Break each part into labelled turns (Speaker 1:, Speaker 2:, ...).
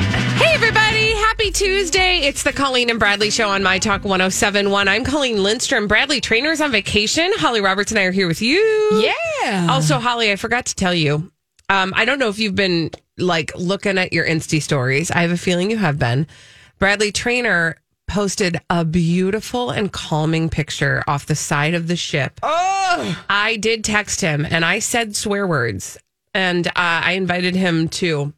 Speaker 1: Hey, everybody. Happy Tuesday. It's the Colleen and Bradley show on My Talk 1071. I'm Colleen Lindstrom. Bradley Trainer's on vacation. Holly Roberts and I are here with you.
Speaker 2: Yeah.
Speaker 1: Also, Holly, I forgot to tell you. Um, I don't know if you've been like looking at your Insta stories. I have a feeling you have been. Bradley Trainer posted a beautiful and calming picture off the side of the ship. I did text him and I said swear words and uh, I invited him to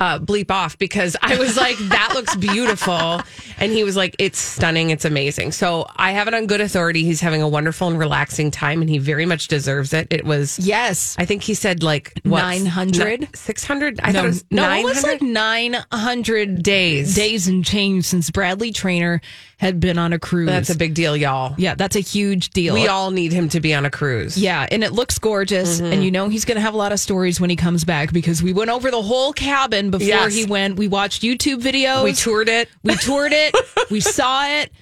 Speaker 1: uh, bleep off because I was like, that looks beautiful. And he was like, it's stunning. It's amazing. So I have it on good authority. He's having a wonderful and relaxing time and he very much deserves it. It was,
Speaker 2: yes.
Speaker 1: I think he said like, what?
Speaker 2: 900?
Speaker 1: Ni- 600? I thought it
Speaker 2: no,
Speaker 1: was
Speaker 2: no,
Speaker 1: 900.
Speaker 2: it was like 900
Speaker 1: Days.
Speaker 2: Days and change since Bradley Trainer had been on a cruise.
Speaker 1: That's a big deal, y'all.
Speaker 2: Yeah, that's a huge deal.
Speaker 1: We all Mm-hmm. need him to be on a cruise.
Speaker 2: yeah, and it looks gorgeous, and you know he's going to have a lot of stories when he comes back because we went over the whole cabin before
Speaker 1: Yes.
Speaker 2: he went. We watched YouTube videos,
Speaker 1: We toured it.
Speaker 2: we toured it, we saw it,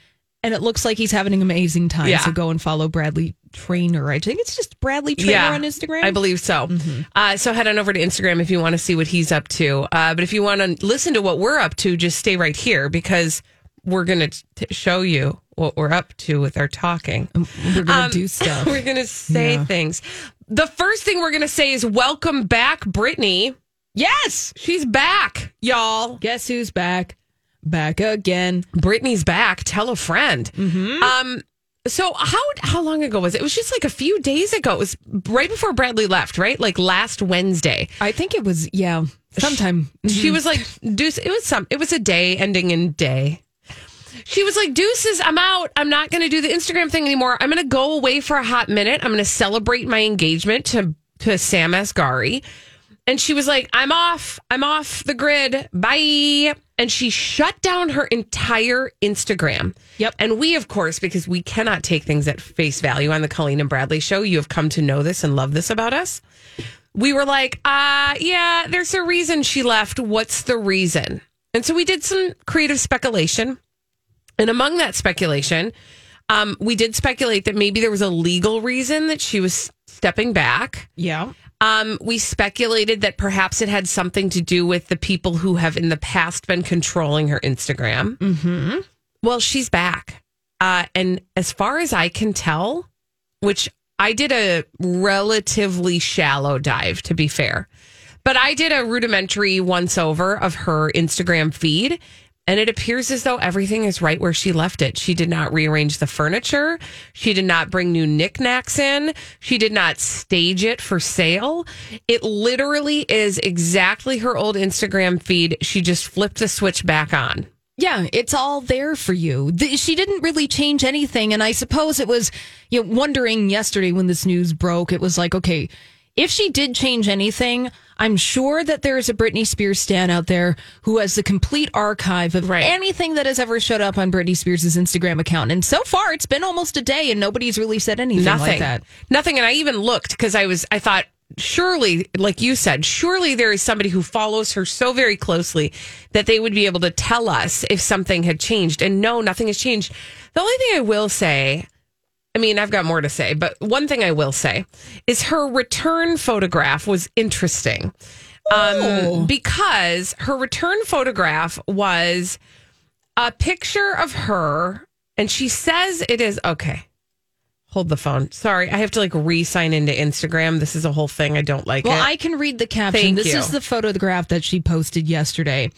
Speaker 2: and it looks like he's having an amazing time.
Speaker 1: Yeah.
Speaker 2: So go and follow Bradley Trainer. I think it's just Bradley Trainer on Instagram. Mm-hmm.
Speaker 1: I believe so. Uh, so head on over to Instagram if you want to see what he's up to. Uh, but if you want to listen to what we're up to, just stay right here because we're going to show you what we're up to with our talking.
Speaker 2: we're going to
Speaker 1: Um,
Speaker 2: do stuff.
Speaker 1: We're going to say things. The first thing we're going to say is welcome back, Brittany.
Speaker 2: yes,
Speaker 1: She's back, y'all.
Speaker 2: guess who's back? Back again.
Speaker 1: Brittany's back. Tell a friend. Um, so how how long ago was it? It was just like a few days ago. It was right before Bradley left, right? Like last Wednesday.
Speaker 2: I think it was yeah. Sometime
Speaker 1: She was like, "Deuce." It was some. It was a day ending in day. She was like, "Deuces, I'm out. I'm not going to do the Instagram thing anymore. I'm going to go away for a hot minute. I'm going to celebrate my engagement to to Sam Asghari." And she was like, "I'm off. I'm off the grid. Bye." And she shut down her entire Instagram.
Speaker 2: Yep.
Speaker 1: And we, of course, because we cannot take things at face value on the Colleen and Bradley show, you have come to know this and love this about us we were like, uh, yeah, there's a reason she left. What's the reason? And so we did some creative speculation. And among that speculation, um, we did speculate that maybe there was a legal reason that she was stepping back.
Speaker 2: yeah.
Speaker 1: Um, we speculated that perhaps it had something to do with the people who have in the past been controlling her Instagram. Mm-hmm. Well, she's back. Uh, and as far as I can tell, which I did a relatively shallow dive, to be fair, but I did a rudimentary once over of her Instagram feed. And it appears as though everything is right where she left it. She did not rearrange the furniture. She did not bring new knickknacks in. She did not stage it for sale. It literally is exactly her old Instagram feed. She just flipped the switch back on.
Speaker 2: Yeah, it's all there for you. Th- she didn't really change anything. And I suppose it was, you know, wondering yesterday when this news broke, it was like, okay, if she did change anything, I'm sure that there is a Britney Spears stan out there who has the complete archive of
Speaker 1: Right.
Speaker 2: anything that has ever showed up on Britney Spears' Instagram account. And so far, it's been almost a day and nobody's really said anything
Speaker 1: Nothing.
Speaker 2: like that.
Speaker 1: Nothing. And I even looked because I was, I thought, surely, like you said, surely there is somebody who follows her so very closely that they would be able to tell us if something had changed. And no, nothing has changed. The only thing I will say, I mean, I've got more to say, but one thing I will say is her return photograph was interesting.
Speaker 2: Oh.
Speaker 1: Um, because her return photograph was a picture of her, and she says it is okay. Hold the phone. Sorry, I have to like re-sign into Instagram. This is a whole thing. I don't like
Speaker 2: Well,
Speaker 1: it.
Speaker 2: I can read the caption.
Speaker 1: Thank
Speaker 2: this
Speaker 1: you.
Speaker 2: is the photograph that she posted yesterday.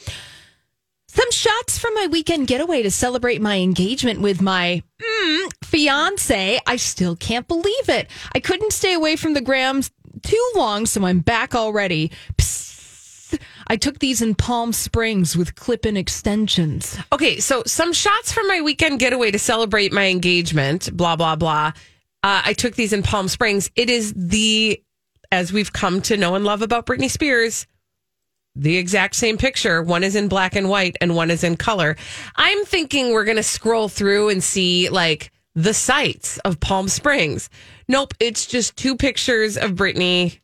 Speaker 2: Some shots from my weekend getaway to celebrate my engagement with my mm, fiance. I still can't believe it. I couldn't stay away from the grams too long, so I'm back already. Psst. I took these in Palm Springs with clip-in extensions.
Speaker 1: Okay, so some shots from my weekend getaway to celebrate my engagement, blah, blah, blah. Uh, I took these in Palm Springs. It is the, as we've come to know and love about Britney Spears, the exact same picture. One is in black and white and one is in color. I'm thinking we're going to scroll through and see like the sights of Palm Springs. Nope, it's just two pictures of Britney.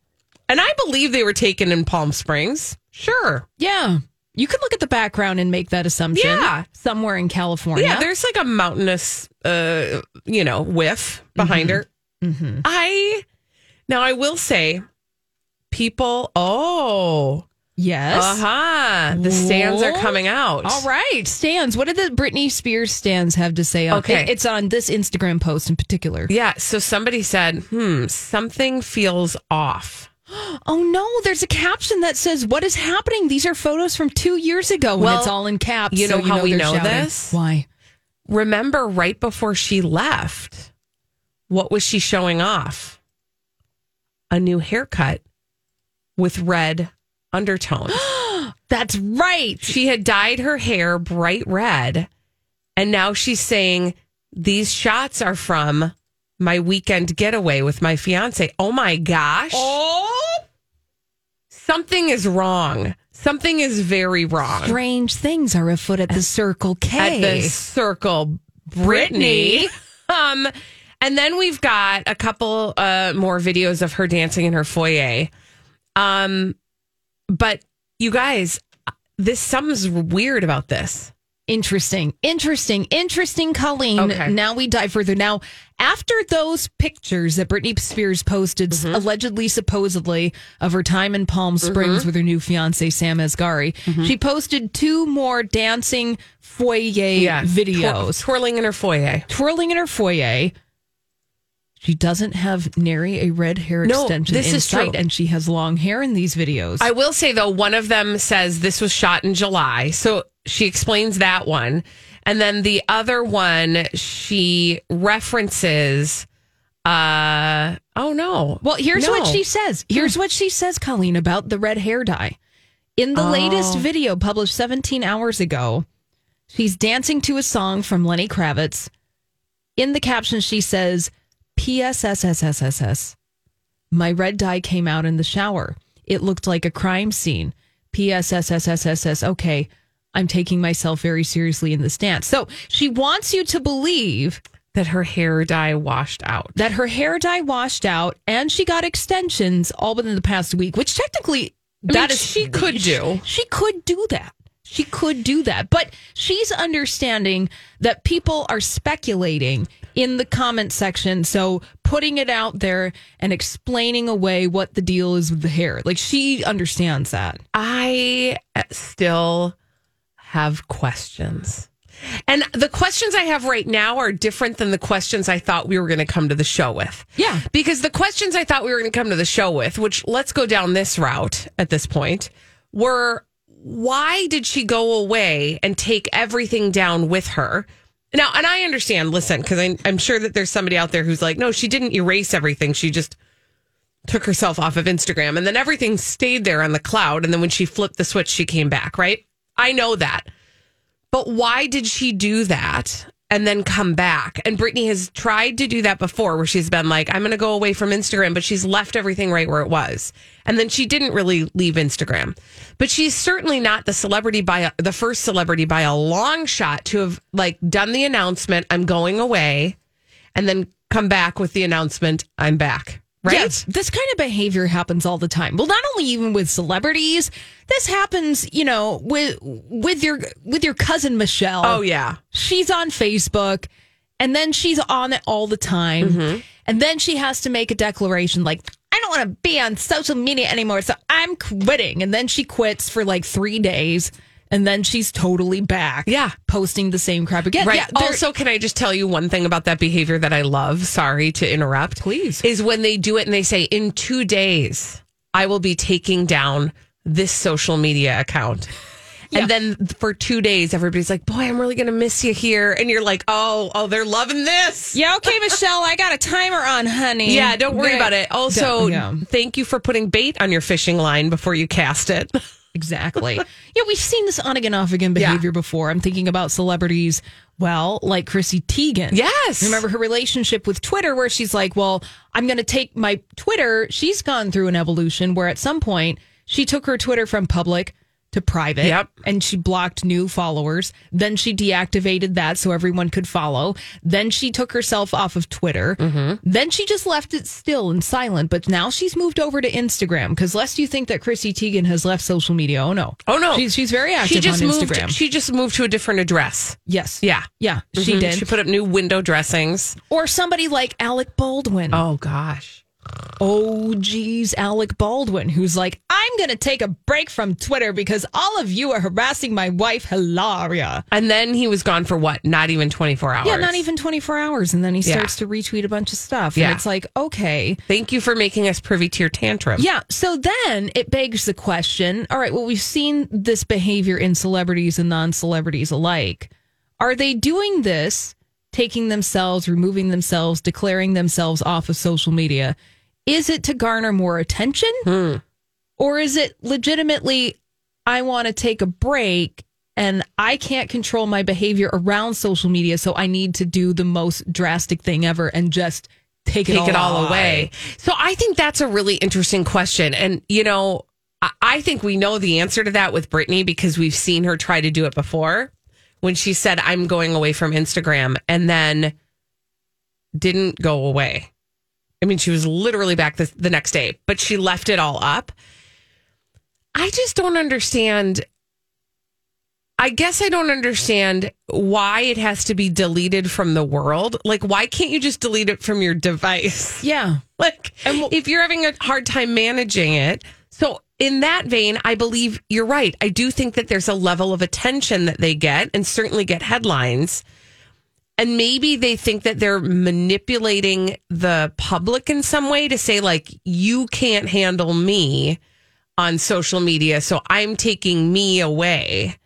Speaker 1: And I believe they were taken in Palm Springs. Sure.
Speaker 2: Yeah, you can look at the background and make that assumption.
Speaker 1: Yeah.
Speaker 2: somewhere in California.
Speaker 1: Yeah, there's like a mountainous, uh, you know, whiff behind her.
Speaker 2: Mm-hmm.
Speaker 1: I now I will say, people. Oh,
Speaker 2: yes.
Speaker 1: uh huh. The stands are
Speaker 2: Whoa.
Speaker 1: coming out.
Speaker 2: All right, stands. What did the Britney Spears stands have to say? On,
Speaker 1: Okay.
Speaker 2: it- it's on this Instagram post in particular.
Speaker 1: Yeah. So somebody said, hmm, something feels off.
Speaker 2: Oh no, there's a caption that says, "What is happening? These are photos from two years ago." When
Speaker 1: Well,
Speaker 2: it's all in caps.
Speaker 1: you know
Speaker 2: so
Speaker 1: how we
Speaker 2: they're
Speaker 1: know
Speaker 2: shouting.
Speaker 1: this?
Speaker 2: Why?
Speaker 1: Remember, right before she left, what was she showing off? A new haircut with red undertones.
Speaker 2: That's right.
Speaker 1: she had dyed her hair bright red and now she's saying these shots are from my weekend getaway with my fiance oh my gosh
Speaker 2: Oh,
Speaker 1: something is wrong something is very wrong
Speaker 2: strange things are afoot at the Circle K.
Speaker 1: at the circle brittany um and then we've got a couple uh more videos of her dancing in her foyer um but you guys this something's weird about this
Speaker 2: Interesting, interesting, interesting, Colleen.
Speaker 1: Okay.
Speaker 2: Now we dive further. Now, after those pictures that Britney Spears posted,
Speaker 1: Mm-hmm.
Speaker 2: allegedly, supposedly, of her time in Palm Springs with her new fiance, Sam Asghari,
Speaker 1: Mm-hmm.
Speaker 2: she posted two more dancing foyer videos,
Speaker 1: Twir- twirling in her foyer.
Speaker 2: twirling in her foyer. She doesn't have nary a red hair
Speaker 1: No,
Speaker 2: extension
Speaker 1: this
Speaker 2: in
Speaker 1: is
Speaker 2: sight,
Speaker 1: true.
Speaker 2: and she has long hair in these videos.
Speaker 1: I will say though, one of them says this was shot in July, so she explains that one, and then the other one she references. uh Oh no!
Speaker 2: Well, here's what
Speaker 1: No.
Speaker 2: she says. Here's what she says, Colleen, about the red hair dye. In the latest video published 17 hours ago, she's dancing to a song from Lenny Kravitz. In the caption, she says, PSSSSSS. My red dye came out in the shower. It looked like a crime scene. PSSSSSS. Okay, I'm taking myself very seriously in this dance. So she wants you to believe
Speaker 1: that her hair dye washed out.
Speaker 2: that her hair dye washed out and she got extensions all within the past week, which technically
Speaker 1: I
Speaker 2: that
Speaker 1: mean,
Speaker 2: is-
Speaker 1: she could do.
Speaker 2: She could do that. She could do that. But she's understanding that people are speculating in the comment section. So putting it out there and explaining away what the deal is with the hair. Like she understands that.
Speaker 1: I still have questions. And the questions I have right now are different than the questions I thought we were going to come to the show with.
Speaker 2: Yeah.
Speaker 1: Because the questions I thought we were going to come to the show with, which let's go down this route at this point, were why did she go away and take everything down with her? Now, and I understand, listen, because I'm sure that there's somebody out there who's like, no, she didn't erase everything. She just took herself off of Instagram and then everything stayed there on the cloud. And then when she flipped the switch, she came back, right? I know that. But why did she do that and then come back? And Brittany has tried to do that before where she's been like, I'm going to go away from Instagram, but she's left everything right where it was. And then she didn't really leave Instagram. But she's certainly not the celebrity by a, the first celebrity by a long shot to have like done the announcement, I'm going away, and then come back with the announcement, I'm back. Right?
Speaker 2: Yes, this kind of behavior happens all the time. Well, not only even with celebrities, this happens, you know, with with your with your cousin Michelle.
Speaker 1: Oh yeah.
Speaker 2: she's on Facebook and then she's on it all the time.
Speaker 1: Mm-hmm.
Speaker 2: And then she has to make a declaration like, I don't want to be on social media anymore, so I'm quitting. And then she quits for like three days. and then she's totally back.
Speaker 1: Yeah.
Speaker 2: posting the same crap again.
Speaker 1: Right.
Speaker 2: Yeah, there-
Speaker 1: also, can I just tell you one thing about that behavior that I love? Sorry to interrupt.
Speaker 2: Please.
Speaker 1: Is when they do it and they say, in two days, I will be taking down this social media account.
Speaker 2: Yeah.
Speaker 1: And then for two days, everybody's like, boy, I'm really going to miss you here. And you're like, oh, oh, they're loving this.
Speaker 2: yeah, okay, Michelle, I got a timer on, honey.
Speaker 1: Yeah, don't worry
Speaker 2: Good.
Speaker 1: about it. Also,
Speaker 2: Yeah.
Speaker 1: thank you for putting bait on your fishing line before you cast it.
Speaker 2: Exactly. yeah, we've seen this on again, off again behavior before. I'm thinking about celebrities, well, like Chrissy Teigen.
Speaker 1: Yes.
Speaker 2: Remember her relationship with Twitter, where she's like, well, I'm going to take my Twitter. She's gone through an evolution where at some point she took her Twitter from public to private
Speaker 1: Yep.
Speaker 2: and she blocked new followers. Then she deactivated that so everyone could follow. Then she took herself off of Twitter.
Speaker 1: Mm-hmm.
Speaker 2: Then she just left it still and silent. But now she's moved over to Instagram because lest you think that Chrissy Teigen has left social media. Oh no.
Speaker 1: Oh, no.
Speaker 2: She's, she's very active
Speaker 1: she just
Speaker 2: on
Speaker 1: moved.
Speaker 2: Instagram.
Speaker 1: She just moved to a different address.
Speaker 2: yes.
Speaker 1: Yeah.
Speaker 2: Yeah. She
Speaker 1: Mhm.
Speaker 2: did.
Speaker 1: She put up new window dressings.
Speaker 2: or somebody like Alec Baldwin.
Speaker 1: Oh gosh.
Speaker 2: Oh, geez, Alec Baldwin, who's like, I'm going to take a break from Twitter because all of you are harassing my wife, Hilaria.
Speaker 1: And then he was gone for what? Not even 24 hours.
Speaker 2: Yeah, not even 24 hours. And then he
Speaker 1: Yeah.
Speaker 2: starts to retweet a bunch of stuff.
Speaker 1: Yeah.
Speaker 2: And it's like, okay.
Speaker 1: Thank you for making us privy to your tantrum.
Speaker 2: Yeah. So then it begs the question all right, well, we've seen this behavior in celebrities and non celebrities alike. Are they doing this, taking themselves, removing themselves, declaring themselves off of social media? Is it to garner more attention?
Speaker 1: Hmm.
Speaker 2: Or is it legitimately, I want to take a break and I can't control my behavior around social media. So I need to do the most drastic thing ever and just take it,
Speaker 1: Take it all
Speaker 2: away.
Speaker 1: away. So I think that's a really interesting question. And, you know, I- I think we know the answer to that with Brittany because we've seen her try to do it before when she said, I'm going away from Instagram and then didn't go away. I mean, she was literally back the, the next day, but she left it all up. I just don't understand. I guess I don't understand why it has to be deleted from the world. Like, why can't you just delete it from your device?
Speaker 2: Yeah.
Speaker 1: Like,
Speaker 2: And we'll-
Speaker 1: if you're having a hard time managing it. So, in that vein, I believe you're right. I do think that there's a level of attention that they get and certainly get headlines. And maybe they think that they're manipulating the public in some way to say, like, you can't handle me on social media. So I'm taking me away.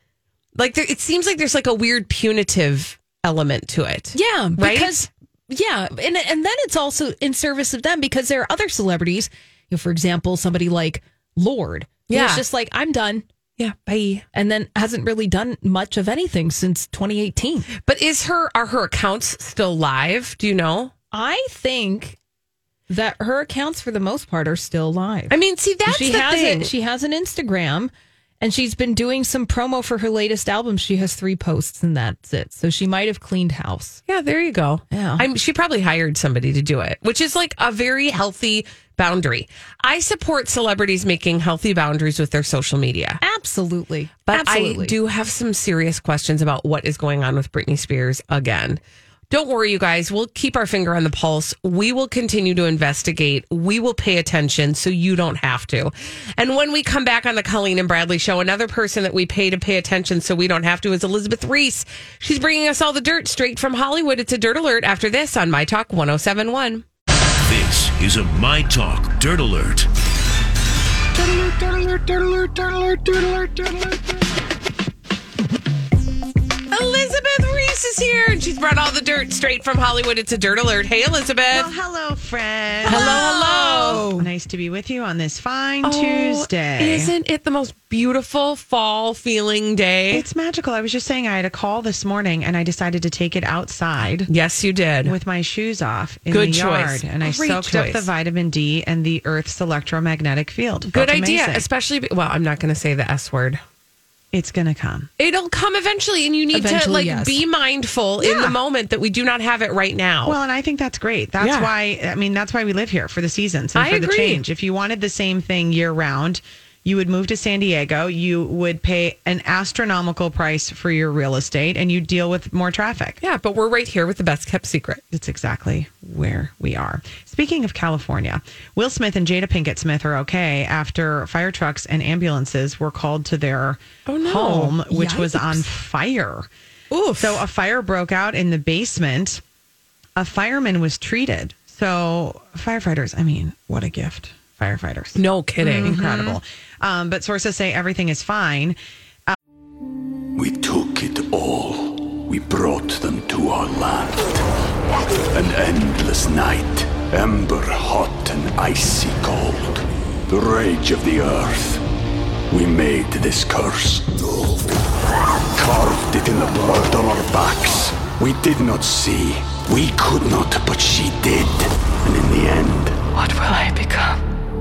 Speaker 1: Like, there, it seems like there's like a weird punitive element to it.
Speaker 2: Yeah,
Speaker 1: Right?
Speaker 2: because yeah, and and then it's also in service of them because there are other celebrities. You know, for example, somebody like Lord. who
Speaker 1: Yeah.
Speaker 2: was just like I'm done,
Speaker 1: Yeah. Bye.
Speaker 2: and then hasn't really done much of anything since 2018.
Speaker 1: But is her are her accounts still live? Do you know?
Speaker 2: I think that her accounts for the most part are still live.
Speaker 1: I mean, see, that's
Speaker 2: she
Speaker 1: the
Speaker 2: has
Speaker 1: thing.
Speaker 2: it. She has an Instagram. And she's been doing some promo for her latest album. She has three posts, and that's it. So she might have cleaned house.
Speaker 1: yeah, there you go.
Speaker 2: Yeah.
Speaker 1: I'm, she probably hired somebody to do it, which is like a very healthy boundary. I support celebrities making healthy boundaries with their social media.
Speaker 2: Absolutely,
Speaker 1: But
Speaker 2: Absolutely.
Speaker 1: I do have some serious questions about what is going on with Britney Spears again. Don't worry, you guys. We'll keep our finger on the pulse. We will continue to investigate. We will pay attention so you don't have to. And when we come back on the Colleen and Bradley show, another person that we pay to pay attention so we don't have to is Elizabeth Reese. She's bringing us all the dirt straight from Hollywood. It's a dirt alert after this on My Talk 1071.
Speaker 3: This is a My Talk Dirt Alert.
Speaker 1: Elizabeth Reese is here and she's brought all the dirt straight from Hollywood. It's a dirt alert. Hey,
Speaker 4: Well,
Speaker 1: Elizabeth.
Speaker 4: hello, friend.
Speaker 1: hello. hello.
Speaker 4: Nice to be with you on this fine
Speaker 1: Oh,
Speaker 4: Tuesday.
Speaker 1: Isn't it the most beautiful fall feeling day?
Speaker 4: It's magical. I was just saying I had a call this morning and I decided to take it outside
Speaker 1: yes, you did.
Speaker 4: with my shoes off in
Speaker 1: Good
Speaker 4: the
Speaker 1: choice.
Speaker 4: yard and I
Speaker 1: Great
Speaker 4: soaked
Speaker 1: choice.
Speaker 4: up the vitamin D and the Earth's electromagnetic field.
Speaker 1: Good
Speaker 4: Felt
Speaker 1: idea,
Speaker 4: amazing.
Speaker 1: especially. be- Well, I'm not going to say the S word.
Speaker 4: It's going to come.
Speaker 1: It'll come eventually, and you need to
Speaker 2: Eventually,
Speaker 1: like
Speaker 2: yes.
Speaker 1: be mindful in the moment that we do not have it right now.
Speaker 4: Well, and I think that's great. That's
Speaker 1: Yeah.
Speaker 4: why I mean that's why we live here for the seasons and
Speaker 1: I
Speaker 4: for the
Speaker 1: agree.
Speaker 4: change. If you wanted the same thing year round, You would move to San Diego. You would pay an astronomical price for your real estate and you deal with more traffic.
Speaker 1: Yeah, but we're right here with the best kept secret.
Speaker 4: That's exactly where we are. Speaking of California, Will Smith and Jada Pinkett Smith are okay after fire trucks and ambulances were called to their
Speaker 1: no.
Speaker 4: home, which was on fire.
Speaker 1: Oof.
Speaker 4: So a fire broke out in the basement. A fireman was treated. So firefighters, I mean, what a gift. Firefighters.
Speaker 1: No kidding.
Speaker 4: Incredible. Um, but sources say everything is fine.
Speaker 5: We took it all. We brought them to our land. An endless night, ember hot and icy cold. The rage of the earth. We made this curse. Carved it in the blood on our backs. We did not see. We could not, but she did. And in the end,
Speaker 6: What will I become?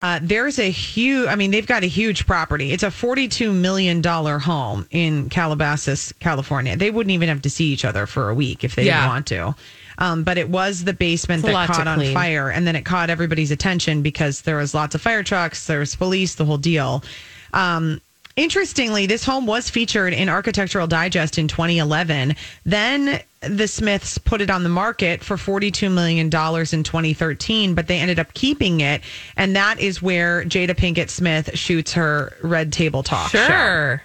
Speaker 4: Uh, there's a huge, I mean, they've got a huge property. It's a $42 million home in Calabasas, California. They wouldn't even have to see each other for a week if they
Speaker 1: Yeah.
Speaker 4: didn't want to. Um, but it was the basement
Speaker 1: It's a lot
Speaker 4: that
Speaker 1: to
Speaker 4: caught on
Speaker 1: clean.
Speaker 4: fire. And then it caught everybody's attention because there was lots of fire trucks, there was police, the whole deal. Um, interestingly, this home was featured in Architectural Digest in 2011. Then the Smiths put it on the market for $42 million in 2013, but they ended up keeping it. And that is where Jada Pinkett Smith shoots her Red Table Talk show
Speaker 1: Sure.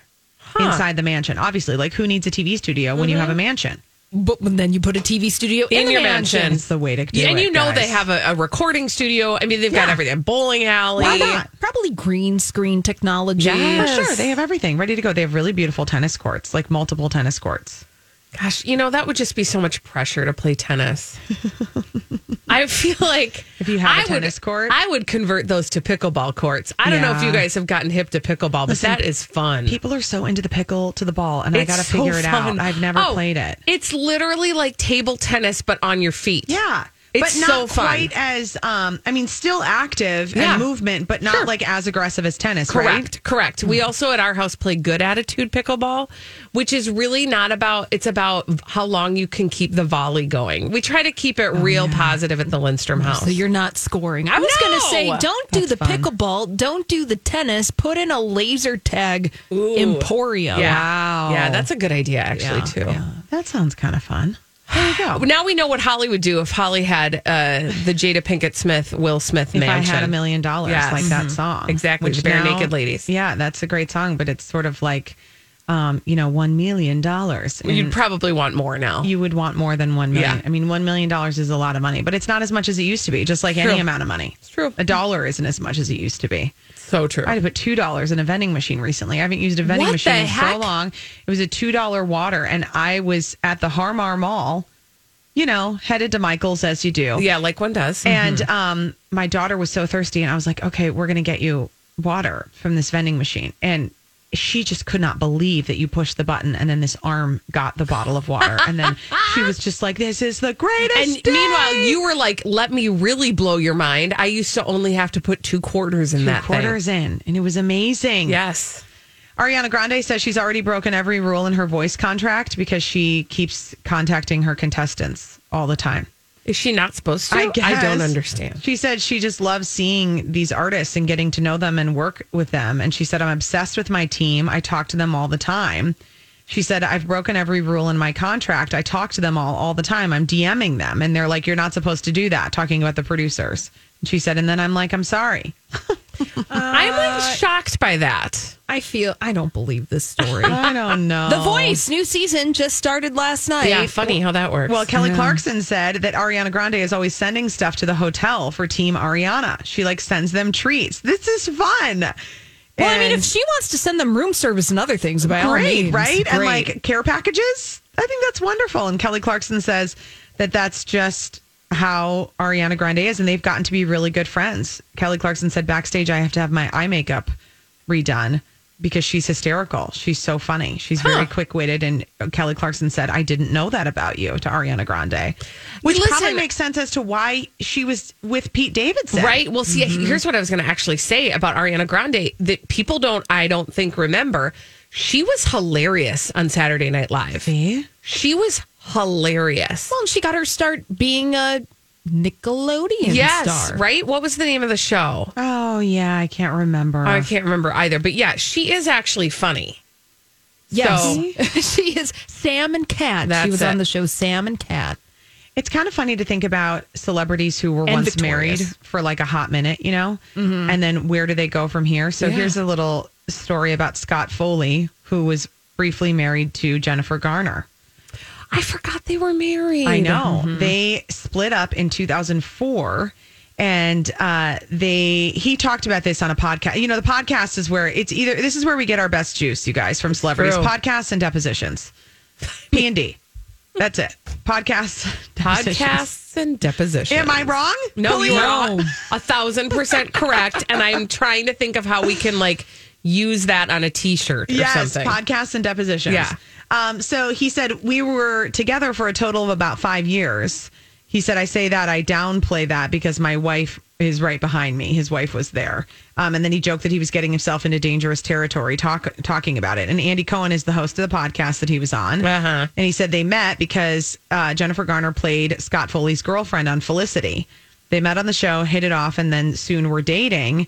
Speaker 4: inside the mansion. Obviously, like who needs a TV studio when you have a mansion?
Speaker 2: But then you put a TV studio in,
Speaker 1: In Mm-hmm. your
Speaker 2: the mansion.
Speaker 1: mansion.
Speaker 4: It's the way to do
Speaker 1: and
Speaker 4: it,
Speaker 1: you know they
Speaker 4: guys.
Speaker 1: have a, a recording studio. I mean, they've got
Speaker 4: Yeah.
Speaker 1: everything. Bowling alley.
Speaker 4: Why not?
Speaker 2: Probably green screen technology.
Speaker 4: Yeah, sure. They have everything ready to go. They have really beautiful tennis courts, like multiple tennis courts.
Speaker 1: Gosh, you know, that would just be so much pressure to play tennis. I feel like
Speaker 4: If you have a
Speaker 1: I
Speaker 4: tennis
Speaker 1: would,
Speaker 4: court.
Speaker 1: I would convert those to pickleball courts. I don't know if
Speaker 4: Yeah.
Speaker 1: you guys have gotten hip to pickleball, but that is fun.
Speaker 4: People are so into the pickle to the ball, and I
Speaker 1: It's
Speaker 4: got to
Speaker 1: so
Speaker 4: figure it
Speaker 1: fun.
Speaker 4: out. I've never
Speaker 1: Oh,
Speaker 4: played it.
Speaker 1: It's literally like table tennis, but on your feet.
Speaker 4: Yeah.
Speaker 1: It's
Speaker 4: but not
Speaker 1: so fun.
Speaker 4: quite as um I mean still active
Speaker 1: Yeah.
Speaker 4: and movement, but not
Speaker 1: Sure.
Speaker 4: like as aggressive as tennis,
Speaker 1: Correct,
Speaker 4: right? Mm.
Speaker 1: correct. We also at our house play good attitude pickleball, which is really not about it's about how long you can keep the volley going. We try to keep
Speaker 4: Oh,
Speaker 1: it real positive at the Lindstrom house.
Speaker 2: So you're not scoring. I was going to say,
Speaker 1: No!
Speaker 2: don't do
Speaker 4: That's
Speaker 2: the
Speaker 4: fun.
Speaker 2: pickleball, don't do the tennis. Put in a laser tag emporium.
Speaker 1: yeah.
Speaker 4: Wow.
Speaker 1: Yeah, that's a good idea actually
Speaker 2: Yeah,
Speaker 1: too. Oh,
Speaker 4: That sounds kind of fun.
Speaker 1: Now we know what Holly would do if Holly had uh, the Jada Pinkett Smith Will Smith
Speaker 4: If
Speaker 1: mansion.
Speaker 4: I had a million dollars,
Speaker 1: Yes.
Speaker 4: like that
Speaker 1: Mhm.
Speaker 4: song.
Speaker 1: Exactly, the Bare Naked Ladies.
Speaker 4: Yeah, that's a great song, but it's sort of like um, you know, one million dollars.
Speaker 1: You'd
Speaker 4: and
Speaker 1: probably want more now.
Speaker 4: you would want more than one million.
Speaker 1: Yeah.
Speaker 4: I mean, one million dollars is a lot of money, but it's not as much as it used to be, just like any
Speaker 1: True.
Speaker 4: amount of money. It's
Speaker 1: true.
Speaker 4: A dollar isn't as much as it used to be.
Speaker 1: so true.
Speaker 4: I had to put two dollars in a vending machine recently. I haven't used a vending
Speaker 1: What
Speaker 4: machine
Speaker 1: the
Speaker 4: in so
Speaker 1: heck?
Speaker 4: long. It was a two dollar water, and I was at the Harmar Mall, you know, headed to Michael's as you do.
Speaker 1: yeah, like one does.
Speaker 4: And um, my daughter was so thirsty, and I was like, "Okay, we're gonna get you water from this vending machine." And she just could not believe that you pushed the button, and then this arm got the bottle of water, and then she was just like, "This is the greatest."
Speaker 1: And
Speaker 4: day!"
Speaker 1: meanwhile, you were like, "Let me really blow your mind." I used to only have to put two quarters in
Speaker 4: Two
Speaker 1: that
Speaker 4: quarters in, and it was amazing.
Speaker 1: thing. Yes,
Speaker 4: Ariana Grande says she's already broken every rule in her voice contract because she keeps contacting her contestants all the time.
Speaker 1: is she not supposed to? don't understand.
Speaker 4: She said she just loves seeing these artists and getting to know them and work with them. And she said, I'm obsessed with my team. I talk to them all the time. She said, I've broken every rule in my contract. I talk to them all, all the time. I'm DMing them. And they're like, You're not supposed to do that, talking about the producers. And she said, And then I'm like, I'm sorry. Uh,
Speaker 1: I'm like shocked by that.
Speaker 2: I feel, I don't believe this story.
Speaker 4: I don't know.
Speaker 2: the Voice, new season just started last night.
Speaker 1: Yeah, funny how that works.
Speaker 4: Well, Kelly Clarkson said that Ariana Grande is always sending stuff to the hotel for Team Ariana. She like sends them treats. This is fun.
Speaker 2: Well, I mean,
Speaker 4: And
Speaker 2: if she wants to send them room service and other things, by all
Speaker 4: great,
Speaker 2: means,
Speaker 4: right? And
Speaker 2: Great.
Speaker 4: like care packages. I think that's wonderful. And Kelly Clarkson says that that's just how Ariana Grande is, and they've gotten to be really good friends. Kelly Clarkson said backstage, I have to have my eye makeup redone because she's hysterical. She's so funny. She's very quick witted. And Kelly Clarkson said, I didn't know that about you to Ariana Grande, which
Speaker 1: Listen-
Speaker 4: probably makes sense as to why she was with Pete Davidson.
Speaker 1: Right. Well, see,
Speaker 4: Mm-hmm.
Speaker 1: here's what I was going to actually say about Ariana Grande that people don't, I don't think, remember. She was hilarious on Saturday Night Live. She was hilarious.
Speaker 2: Well, and she got her start being a Nickelodeon
Speaker 1: yes.
Speaker 2: star.
Speaker 1: Right. What was the name of the show? Oh,
Speaker 4: Oh, yeah. I can't remember.
Speaker 1: I can't remember either. But yeah, she is actually funny.
Speaker 2: Yes.
Speaker 1: So-
Speaker 2: she is Sam and Cat.
Speaker 1: That's
Speaker 2: she was on
Speaker 1: it.
Speaker 2: the show Sam and Cat.
Speaker 4: It's kind of funny to think about celebrities who were
Speaker 2: And
Speaker 4: once
Speaker 2: victorious.
Speaker 4: married for like a hot minute, you know? And then where do they go from here? So here's a little story about Scott Foley, who was briefly married to Jennifer Garner.
Speaker 1: I forgot they were married.
Speaker 4: I know. They split up in 2004 and uh they he talked about this on a podcast. You know, the podcast is where it's either this is where we get our best juice, you guys, from celebrities,
Speaker 1: true.
Speaker 4: podcasts and depositions. P&D. That's it. Podcasts, depositions.
Speaker 1: Podcasts and depositions.
Speaker 4: Am I wrong?
Speaker 1: No,
Speaker 4: Fully
Speaker 1: you
Speaker 4: wrong.
Speaker 1: are a thousand percent correct. And I'm trying to think of how we can like use that on a T-shirt or
Speaker 4: yes,
Speaker 1: something.
Speaker 4: podcasts and depositions.
Speaker 1: Yeah.
Speaker 4: Um, so he said we were together for a total of about five years. He said, I say that, I downplay that because my wife is right behind me. His wife was there. Um, and then he joked that he was getting himself into dangerous territory talk, talking about it. And Andy Cohen is the host of the podcast that he was on.
Speaker 1: Uh-huh.
Speaker 4: And he said they met because uh, Jennifer Garner played Scott Foley's girlfriend on Felicity. They met on the show, hit it off, and then soon were dating.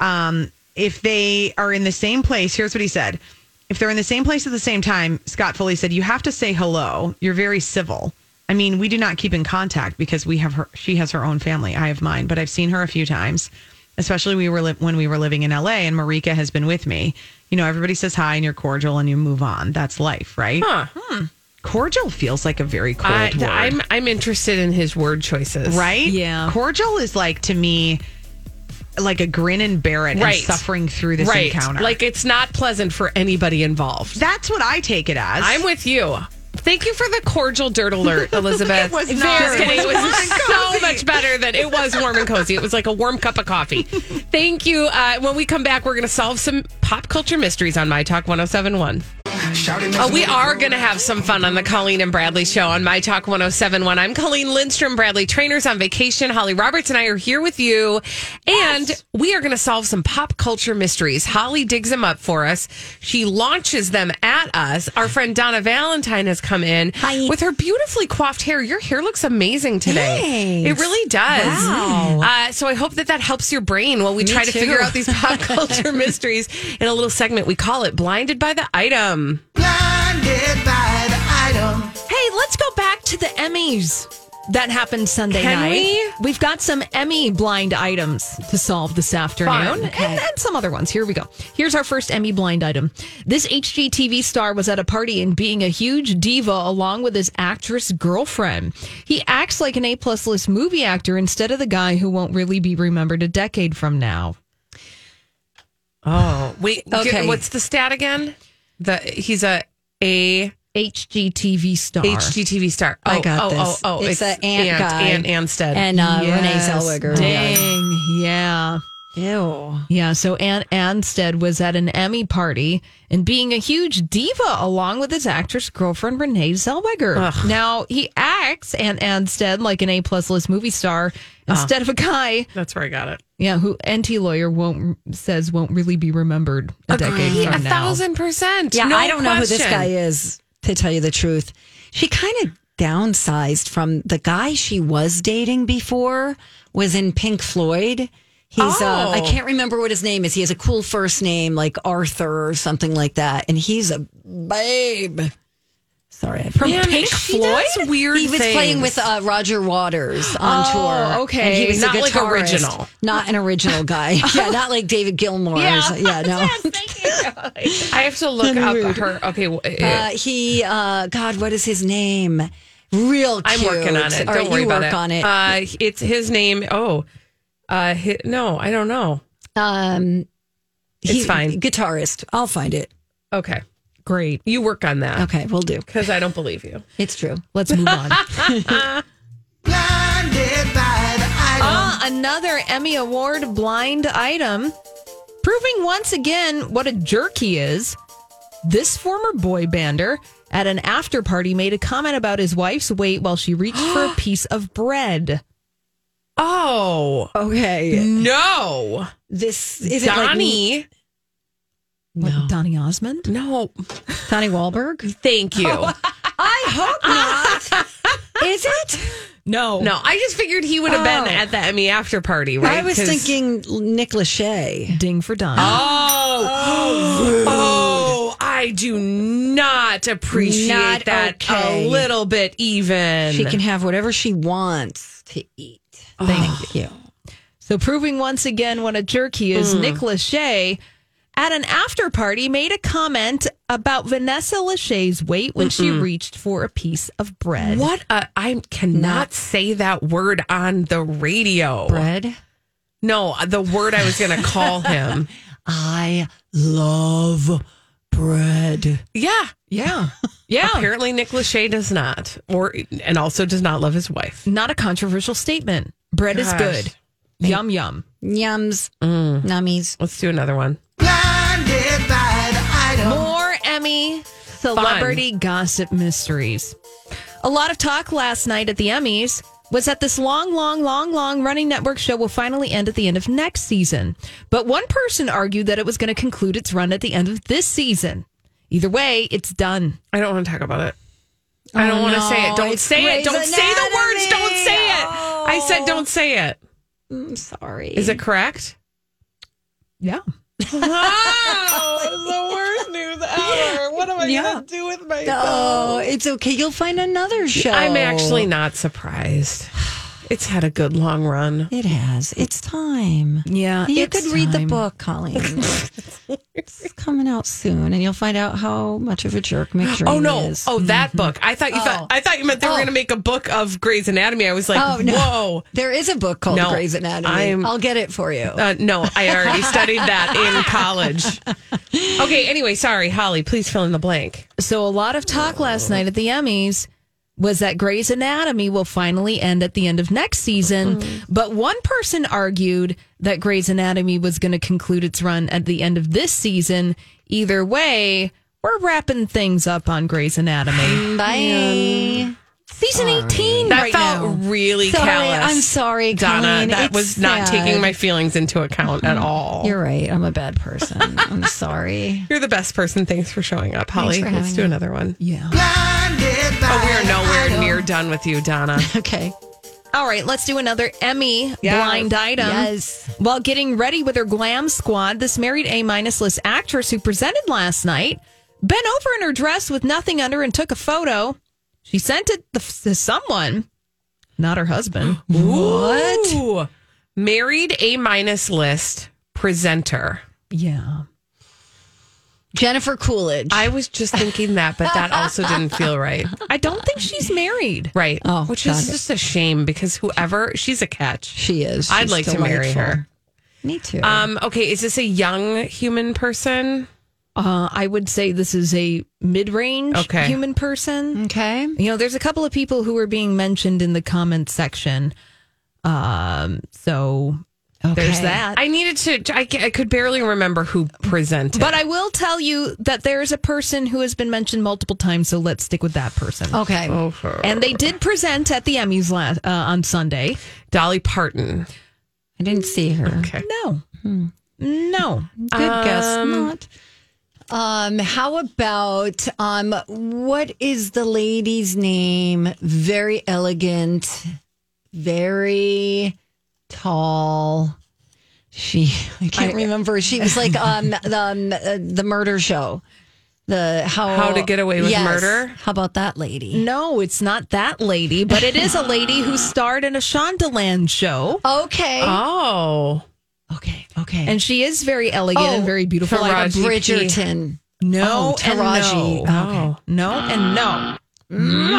Speaker 4: Um, if they are in the same place, here's what he said. If they're in the same place at the same time, Scott Foley said, You have to say hello. You're very civil. I mean, we do not keep in contact because we have her, she has her own family. I have mine, but I've seen her a few times, especially we were li- when we were living in LA and Marika has been with me. You know, everybody says hi and you're cordial and you move on. That's life, right? Hmm. cordial feels like a very cold
Speaker 1: I,
Speaker 4: word.
Speaker 1: I'm I'm interested in his word choices.
Speaker 4: right?
Speaker 2: Yeah.
Speaker 4: Cordial is like to me like a grin and bear it
Speaker 1: Right.
Speaker 4: and suffering through this
Speaker 1: right.
Speaker 4: encounter.
Speaker 1: Like it's not pleasant for anybody involved.
Speaker 4: that's what I take it as.
Speaker 1: I'm with you. Thank you for the cordial dirt alert, Elizabeth.
Speaker 4: It was
Speaker 1: Just
Speaker 4: not.
Speaker 1: kidding. It
Speaker 4: It was
Speaker 1: was
Speaker 4: warm and
Speaker 1: so
Speaker 4: cozy.
Speaker 1: much better than it was warm and cozy. It was like a warm cup of coffee. Thank you. Uh, when we come back, we're going to solve some pop culture mysteries on My Talk 1071. Oh, we are going to have some fun on the Colleen and Bradley show on My Talk 1071. I'm Colleen Lindstrom, Bradley Trainers on vacation. Holly Roberts and I are here with you. And we are going to solve some pop culture mysteries. Holly digs them up for us. She launches them at us. Our friend Donna Valentine has come in with her beautifully coiffed hair. Your hair looks amazing today. It really does. Wow. Uh, so I hope that that helps your brain while we try to
Speaker 2: too.
Speaker 1: figure out these pop culture mysteries in a little segment. We call it Blinded by the Item.
Speaker 2: Hey, let's go back to the Emmys that happened Sunday
Speaker 1: Can
Speaker 2: night.
Speaker 1: we?
Speaker 2: We've got some Emmy blind items to solve this afternoon
Speaker 1: Fun.
Speaker 2: and, and some other ones. Here we go. Here's our first Emmy blind item. This HGTV star was at a party and being a huge diva along with his actress girlfriend. He acts like an A plus list movie actor instead of the guy who won't really be remembered a decade from now.
Speaker 1: Oh, wait.
Speaker 2: Okay.
Speaker 1: Okay. What's the stat again? The he's a a
Speaker 2: HGTV star.
Speaker 1: HGTV star. Oh,
Speaker 7: I got
Speaker 1: oh,
Speaker 7: this.
Speaker 1: Oh, oh,
Speaker 7: It's a Ant guy.
Speaker 1: Ant, Anstead.
Speaker 7: and uh, Renee Zellweger.
Speaker 2: Dang. Yeah.
Speaker 7: Ew.
Speaker 2: Yeah, so Ann Anstead was at an Emmy party and being a huge diva along with his actress girlfriend Renee Zellweger. Now he acts Ann Anstead like an A plus list movie star
Speaker 1: Ah.
Speaker 2: instead of a guy,
Speaker 1: That's where I got it.
Speaker 2: yeah, who NT lawyer won't says won't really be remembered a decade
Speaker 1: a
Speaker 2: from now.
Speaker 1: thousand percent.
Speaker 7: Yeah,
Speaker 1: No
Speaker 7: I don't know who this
Speaker 1: question.
Speaker 7: guy is, to tell you the truth. She kind of downsized from the guy she was dating before was in Pink Floyd. He's uh, I
Speaker 1: Oh.
Speaker 7: can't remember what his name is. He has a cool first name like Arthur or something like that. And he's a babe. Sorry, I
Speaker 1: Man,
Speaker 2: Pink
Speaker 1: she does
Speaker 2: Floyd?
Speaker 1: Weird.
Speaker 7: he was
Speaker 1: things.
Speaker 7: playing with uh, Roger Waters on
Speaker 2: Oh,
Speaker 7: tour.
Speaker 2: okay.
Speaker 7: and he was
Speaker 1: Not
Speaker 7: a
Speaker 1: like
Speaker 7: guitarist,
Speaker 1: original.
Speaker 7: not an original guy. yeah, not like David Gilmour. Yeah, yeah no.
Speaker 1: I have to look up her. Okay. wh-
Speaker 7: Uh, he, uh, God, what is his name? Real cute.
Speaker 1: I'm working on it. Don't
Speaker 7: All right,
Speaker 1: worry
Speaker 7: you
Speaker 1: about
Speaker 7: work
Speaker 1: it.
Speaker 7: on it.
Speaker 1: Uh, it's his name. Oh, uh, hi no, I don't know.
Speaker 7: um,
Speaker 1: it's fine.
Speaker 7: Guitarist. I'll find it.
Speaker 1: Okay,
Speaker 2: Great.
Speaker 1: you work on that
Speaker 7: Okay, we'll do.
Speaker 1: because I don't believe you.
Speaker 7: It's true.
Speaker 2: Let's move on. another Emmy Award blind item, proving once again what a jerk he is. This former boy bander at an after party made a comment about his wife's weight while she reached for a piece of bread.
Speaker 1: Oh
Speaker 7: Okay.
Speaker 1: no,
Speaker 7: This is it like me-
Speaker 1: Donnie.
Speaker 2: What, Donny Osmond?
Speaker 1: no,
Speaker 7: Donnie Wahlberg?
Speaker 1: thank you.
Speaker 7: I hope not. is it?
Speaker 2: No.
Speaker 1: No, I just figured he would have been
Speaker 7: Oh.
Speaker 1: at the Emmy after party, right?
Speaker 7: I was
Speaker 1: 'Cause-
Speaker 7: thinking Nick Lachey.
Speaker 2: Ding for Donny.
Speaker 1: Oh, oh, I do not appreciate
Speaker 7: Not
Speaker 1: that
Speaker 7: okay.
Speaker 1: a little bit, even.
Speaker 7: She can have whatever she wants to eat. Thank you.
Speaker 2: So proving once again what a jerk he is, Nick Lachey at an after party made a comment about Vanessa Lachey's weight when she reached for a piece of bread.
Speaker 1: What a I cannot
Speaker 7: Not-
Speaker 1: say that word on the radio.
Speaker 7: Bread.
Speaker 1: No, the word I was going to call him.
Speaker 7: I love bread.
Speaker 1: yeah.
Speaker 2: Yeah. Yeah.
Speaker 1: Apparently Nick Lachey does not or and also does not love his wife.
Speaker 2: Not a controversial statement. Bread is
Speaker 1: Gosh.
Speaker 2: good. Yum yum.
Speaker 7: Yums.
Speaker 1: Mm.
Speaker 7: Nummies.
Speaker 1: Let's do another one.
Speaker 2: More Emmy celebrity gossip mysteries. A lot of talk last night at the Emmys was that this long, long, long, long running network show will finally end at the end of next season. But one person argued that it was going to conclude its run at the end of this season. Either way, it's done.
Speaker 1: I don't want to talk about it. I don't want to say it. Don't
Speaker 7: it's
Speaker 1: say it.
Speaker 7: Grey's
Speaker 1: Don't say the words.
Speaker 7: Anatomy.
Speaker 1: Don't say it. I said don't say it.
Speaker 7: I'm sorry.
Speaker 1: Is it correct?
Speaker 2: Yeah.
Speaker 1: oh, the worst news ever. What am I
Speaker 7: Yeah.
Speaker 1: going to do with myself?
Speaker 7: No, Oh, it's okay. You'll find another show.
Speaker 1: I'm actually not surprised. It's had a good long run.
Speaker 7: It has. It's time.
Speaker 2: Yeah.
Speaker 7: you
Speaker 2: it's
Speaker 7: could read the
Speaker 2: time.
Speaker 7: book, Colleen. it's coming out soon, and you'll find out how much of a jerk McDreamy
Speaker 1: Oh no!
Speaker 7: is.
Speaker 1: Oh, that book. I thought you thought I thought you meant they were
Speaker 7: Oh.
Speaker 1: going to make a book of Grey's Anatomy. I was like,
Speaker 7: Oh, no.
Speaker 1: whoa.
Speaker 7: There is a book called
Speaker 1: No,
Speaker 7: Grey's Anatomy.
Speaker 1: I'm-
Speaker 7: I'll get it for you.
Speaker 1: Uh, no, I already studied that in college. Okay. Anyway, sorry, Holly. Please fill in the blank.
Speaker 2: So a lot of talk last night at the Emmys was that Grey's Anatomy will finally end at the end of next season,
Speaker 7: Mm-hmm.
Speaker 2: but one person argued that Grey's Anatomy was going to conclude its run at the end of this season. Either way, we're wrapping things up on Grey's Anatomy.
Speaker 7: Bye.
Speaker 2: season 18
Speaker 1: That
Speaker 2: right now.
Speaker 1: felt really
Speaker 7: Sorry,
Speaker 1: callous.
Speaker 7: I'm sorry,
Speaker 1: Donna.
Speaker 7: Colleen.
Speaker 1: That
Speaker 7: It's
Speaker 1: was not
Speaker 7: sad.
Speaker 1: taking my feelings into account at all. You're,
Speaker 7: You're right. I'm a bad person. I'm sorry.
Speaker 1: the best person. Thanks for showing up, Holly.
Speaker 7: for
Speaker 1: Let's
Speaker 7: having
Speaker 1: do
Speaker 7: me.
Speaker 1: another one.
Speaker 2: yeah.
Speaker 1: Oh, we are nowhere near done with you, Donna.
Speaker 7: Okay.
Speaker 2: All right, let's do another Emmy
Speaker 1: Yes.
Speaker 2: blind item.
Speaker 7: Yes.
Speaker 2: While getting ready with her glam squad, this married A minus list actress who presented last night bent over in her dress with nothing under and took a photo. She sent it to to someone, not her husband.
Speaker 1: What? Married A minus list presenter.
Speaker 2: yeah.
Speaker 7: Jennifer Coolidge.
Speaker 1: I was just thinking that, but that also didn't feel right.
Speaker 2: I don't think she's married.
Speaker 1: Right.
Speaker 7: Oh,
Speaker 1: Which
Speaker 7: got
Speaker 1: is
Speaker 7: it.
Speaker 1: just a shame because whoever, she's a catch.
Speaker 7: she is.
Speaker 1: I'd
Speaker 7: She's
Speaker 1: like to marry
Speaker 7: delightful.
Speaker 1: her.
Speaker 7: Me too.
Speaker 1: Um, okay, is this a young human person?
Speaker 2: Uh, I would say this is a mid range
Speaker 1: Okay.
Speaker 2: human person.
Speaker 7: okay.
Speaker 2: You know, there's a couple of people who were being mentioned in the comment section. Um, so there's
Speaker 7: Okay.
Speaker 2: that.
Speaker 1: I needed to, I, ca- I could barely remember who presented.
Speaker 2: But I will tell you that there's a person who has been mentioned multiple times, so let's stick with that person.
Speaker 7: Okay.
Speaker 2: And they did present at the Emmys last uh, on Sunday.
Speaker 1: Dolly Parton.
Speaker 7: I didn't see her.
Speaker 2: No, no,
Speaker 7: Good guess. Not. Um, how about um, what is the lady's name? Very elegant, very tall. She, I can't remember. She was like um, the um, uh, the murder show. The how
Speaker 1: How to Get Away with
Speaker 7: Yes.
Speaker 1: Murder?
Speaker 7: How about that lady?
Speaker 2: no. It's not that lady, but it is a lady who starred in a Shondaland show,
Speaker 7: Okay.
Speaker 1: Oh.
Speaker 7: okay. Okay.
Speaker 2: and she is very elegant and very beautiful. I
Speaker 7: Like
Speaker 2: don't-
Speaker 7: Bridgerton.
Speaker 2: No,
Speaker 7: Oh,
Speaker 2: and
Speaker 7: Taraji.
Speaker 2: no. no, and no,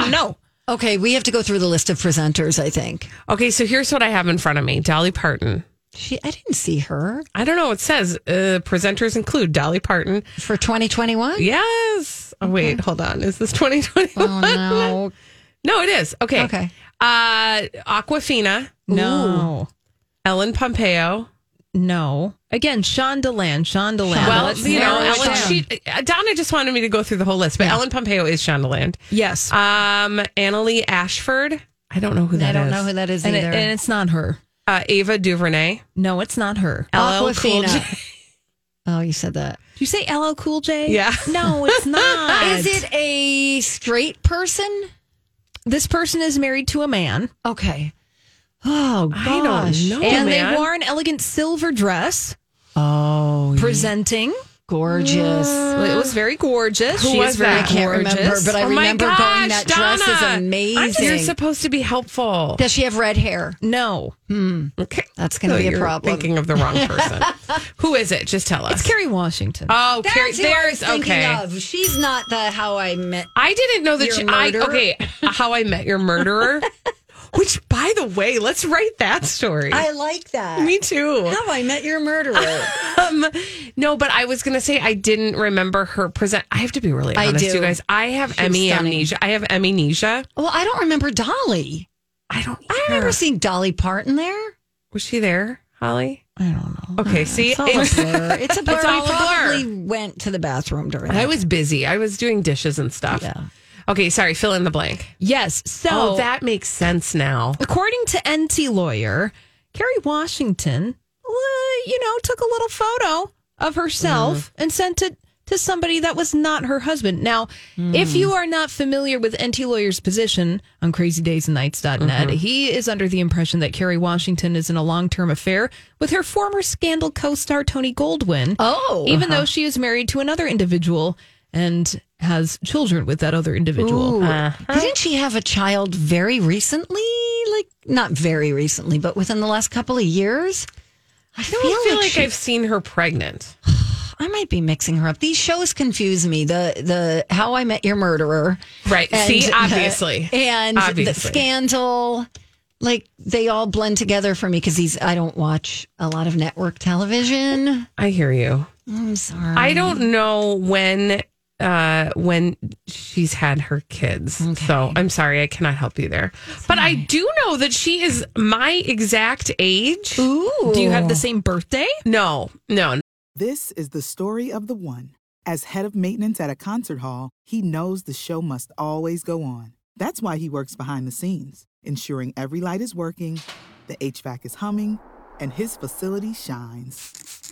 Speaker 2: no.
Speaker 7: Okay, we have to go through the list of presenters. I think
Speaker 1: Okay, so here's what I have in front of me Dolly Parton.
Speaker 7: she. I didn't see her
Speaker 1: I don't know. It says uh, presenters include Dolly Parton.
Speaker 7: for 2021.
Speaker 1: Yes. Oh, wait, hold on. Is this 2021?
Speaker 7: Oh no.
Speaker 1: No, it is. Okay.
Speaker 7: Okay.
Speaker 1: Uh, Aquafina.
Speaker 2: No.
Speaker 1: Ellen Pompeo.
Speaker 2: No. Again, Shondaland, Shondaland.
Speaker 1: Well,
Speaker 2: Let's
Speaker 1: you know,
Speaker 2: narrow it
Speaker 1: Ellen,
Speaker 2: down.
Speaker 1: she, uh, Donna just wanted me to go through the whole list, but Ellen Pompeo is Shondaland.
Speaker 2: yes,
Speaker 1: Um, Annalie Ashford. I don't know who that
Speaker 7: I
Speaker 1: is.
Speaker 7: don't know who that is
Speaker 2: and, it-
Speaker 7: either.
Speaker 2: and it's not her.
Speaker 1: Uh, Ava DuVernay.
Speaker 2: No, it's not her.
Speaker 1: LL Cool
Speaker 7: Aquafina.
Speaker 1: J.
Speaker 7: oh, you said that.
Speaker 2: Did you say LL Cool J?
Speaker 1: Yeah.
Speaker 2: No, it's not.
Speaker 7: Is it a straight person?
Speaker 2: This person is married to a man,
Speaker 7: Okay. Oh
Speaker 1: I
Speaker 7: gosh.
Speaker 1: don't know,
Speaker 2: and
Speaker 1: man.
Speaker 2: they wore an elegant silver dress,
Speaker 7: Oh,
Speaker 2: presenting.
Speaker 7: gorgeous.
Speaker 2: It was very gorgeous.
Speaker 1: Who
Speaker 2: she
Speaker 1: was
Speaker 2: is very
Speaker 1: that?
Speaker 7: I can't
Speaker 2: gorgeous.
Speaker 7: remember, but I
Speaker 1: Oh my
Speaker 7: remember going. That
Speaker 1: gosh,
Speaker 7: dress
Speaker 1: Donna.
Speaker 7: is
Speaker 1: I'm just- You're
Speaker 7: amazing.
Speaker 1: supposed to be helpful.
Speaker 7: Does she have red hair?
Speaker 2: no,
Speaker 1: Okay.
Speaker 7: That's going to
Speaker 1: So
Speaker 7: be a
Speaker 1: you're
Speaker 7: problem.
Speaker 1: Thinking of the wrong person. who is it? Just tell us.
Speaker 2: it's Kerry Washington.
Speaker 1: Oh,
Speaker 7: That's
Speaker 1: Carrie.
Speaker 7: who I
Speaker 1: There's
Speaker 7: was thinking
Speaker 1: okay.
Speaker 7: of. She's not the how I met.
Speaker 1: I didn't know that
Speaker 7: Your
Speaker 1: you, I
Speaker 7: murderer?
Speaker 1: okay how I met your murderer. Which, by the way, let's write that story.
Speaker 7: I like that.
Speaker 1: Me too.
Speaker 7: How I met your murderer.
Speaker 1: Um, no, but I was gonna say I didn't remember her present. I have to be really
Speaker 7: I
Speaker 1: honest,
Speaker 7: do.
Speaker 1: you guys. I have
Speaker 7: She was
Speaker 1: Emmy
Speaker 7: stunning.
Speaker 1: amnesia. I have Emmy amnesia.
Speaker 7: well, I don't remember Dolly.
Speaker 1: I don't.
Speaker 7: I
Speaker 1: either.
Speaker 7: remember seeing Dolly Parton there.
Speaker 1: Was she there, Holly?
Speaker 7: I don't know.
Speaker 1: Okay, see,
Speaker 7: It's all a blur. It's a blur.
Speaker 1: It's all a blur.
Speaker 7: I probably went to the bathroom during
Speaker 1: I
Speaker 7: that.
Speaker 1: was busy. I was doing dishes and stuff. Okay, sorry. Fill in the blank.
Speaker 2: yes. So
Speaker 1: Oh, that makes sense now.
Speaker 2: according to NT lawyer Kerry Washington, uh, you know, took a little photo of herself
Speaker 7: Mm-hmm.
Speaker 2: and sent it to somebody that was not her husband. Now,
Speaker 7: Mm-hmm.
Speaker 2: if you are not familiar with NT lawyer's position on crazydaysandnights.net,
Speaker 7: Mm-hmm.
Speaker 2: he is under the impression that Kerry Washington is in a long-term affair with her former scandal co-star Tony Goldwyn.
Speaker 7: Oh.
Speaker 2: even though she is married to another individual and has children with that other individual.
Speaker 7: Uh-huh. Didn't she have a child very recently? Like not very recently, but within the last couple of years. I
Speaker 1: I
Speaker 7: feel,
Speaker 1: don't feel
Speaker 7: like,
Speaker 1: like
Speaker 7: she-
Speaker 1: I've seen her pregnant.
Speaker 7: I might be mixing her up. These shows confuse me. The the How I Met Your Murderer,
Speaker 1: Right. See, obviously.
Speaker 7: uh, and the
Speaker 1: Obviously.
Speaker 7: Scandal. Like they all blend together for me because these I don't watch a lot of network television.
Speaker 1: I hear you.
Speaker 7: I'm sorry.
Speaker 1: I don't know when uh when she's had her kids. So I'm sorry, I cannot help you there. But I do know that she is my exact age.
Speaker 7: Ooh.
Speaker 2: Do you have the same birthday?
Speaker 1: No, no.
Speaker 8: This is the story of the one. As head of maintenance at a concert hall, he knows the show must always go on. That's why he works behind the scenes, ensuring every light is working, the HVAC is humming, and his facility shines.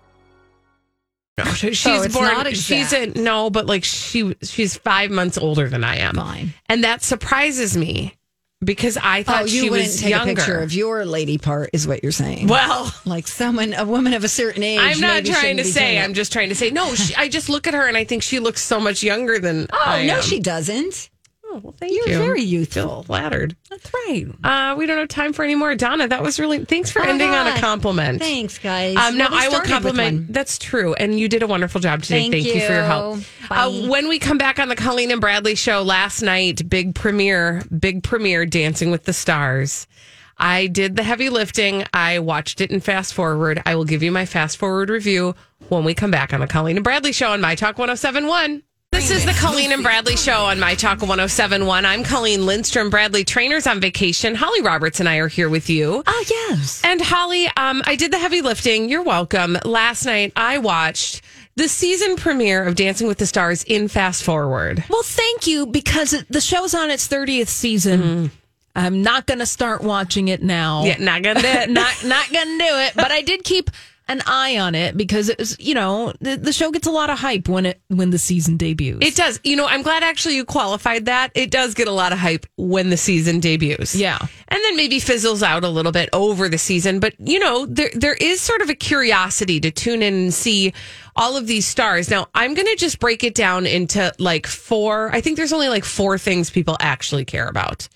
Speaker 1: She's
Speaker 7: it's
Speaker 1: born
Speaker 7: not
Speaker 1: she's a,
Speaker 7: exact.
Speaker 1: no, but like she she's 5 months older than I am.
Speaker 7: Fine.
Speaker 1: And that surprises me because I
Speaker 7: Oh,
Speaker 1: thought
Speaker 7: you
Speaker 1: she
Speaker 7: wouldn't
Speaker 1: was
Speaker 7: take
Speaker 1: younger.
Speaker 7: a picture of your lady part, is what you're saying.
Speaker 1: well,
Speaker 7: like someone, a woman of a certain age.
Speaker 1: I'm not
Speaker 7: maybe
Speaker 1: trying
Speaker 7: shouldn't
Speaker 1: to
Speaker 7: be
Speaker 1: say.
Speaker 7: doing it.
Speaker 1: I'm just trying to say. No, she, I just look at her and I think she looks so much younger than.
Speaker 7: Oh
Speaker 1: I
Speaker 7: no,
Speaker 1: am.
Speaker 7: she doesn't.
Speaker 1: Oh, well, thank
Speaker 7: You're
Speaker 1: you.
Speaker 7: very
Speaker 1: Feel
Speaker 7: youthful.
Speaker 1: flattered.
Speaker 7: That's right.
Speaker 1: Uh, we don't have time for any more, Donna. That was really. Thanks for
Speaker 7: Oh my
Speaker 1: ending on
Speaker 7: God.
Speaker 1: a compliment.
Speaker 7: Thanks, guys.
Speaker 1: Um, no,
Speaker 7: Well, we
Speaker 1: I will
Speaker 7: started with
Speaker 1: compliment.
Speaker 7: one.
Speaker 1: That's true, and you did a wonderful job today.
Speaker 7: Thank
Speaker 1: Thank, you. for your
Speaker 7: you.
Speaker 1: help.
Speaker 7: Bye.
Speaker 1: Uh, when we come back on the Colleen and Bradley show last night, big premiere, big premiere, Dancing with the Stars. I did the heavy lifting. I watched it in fast forward. I will give you my fast forward review when we come back on the Colleen and Bradley show on My Talk 1071. This is the Colleen and Bradley show on My Talk 1071. I'm Colleen Lindstrom. Bradley Trainers on vacation. Holly Roberts and I are here with you.
Speaker 7: Oh yes.
Speaker 1: And Holly, um, I did the heavy lifting. You're welcome. Last night I watched the season premiere of Dancing with the Stars in fast forward.
Speaker 2: Well, thank you because it- the show's on its 30th season. I'm not going to start watching it now.
Speaker 1: Yeah, not gonna do it.
Speaker 2: not not going to do it, but I did keep an eye on it because it was, you know, the, the show gets a lot of hype when it when the season debuts.
Speaker 1: It does. You know, I'm glad actually you qualified that. It does get a lot of hype when the season debuts.
Speaker 2: Yeah.
Speaker 1: And then maybe fizzles out a little bit over the season, but you know, there there is sort of a curiosity to tune in and see all of these stars. Now, I'm going to just break it down into like four. I think there's only like four things people actually care about.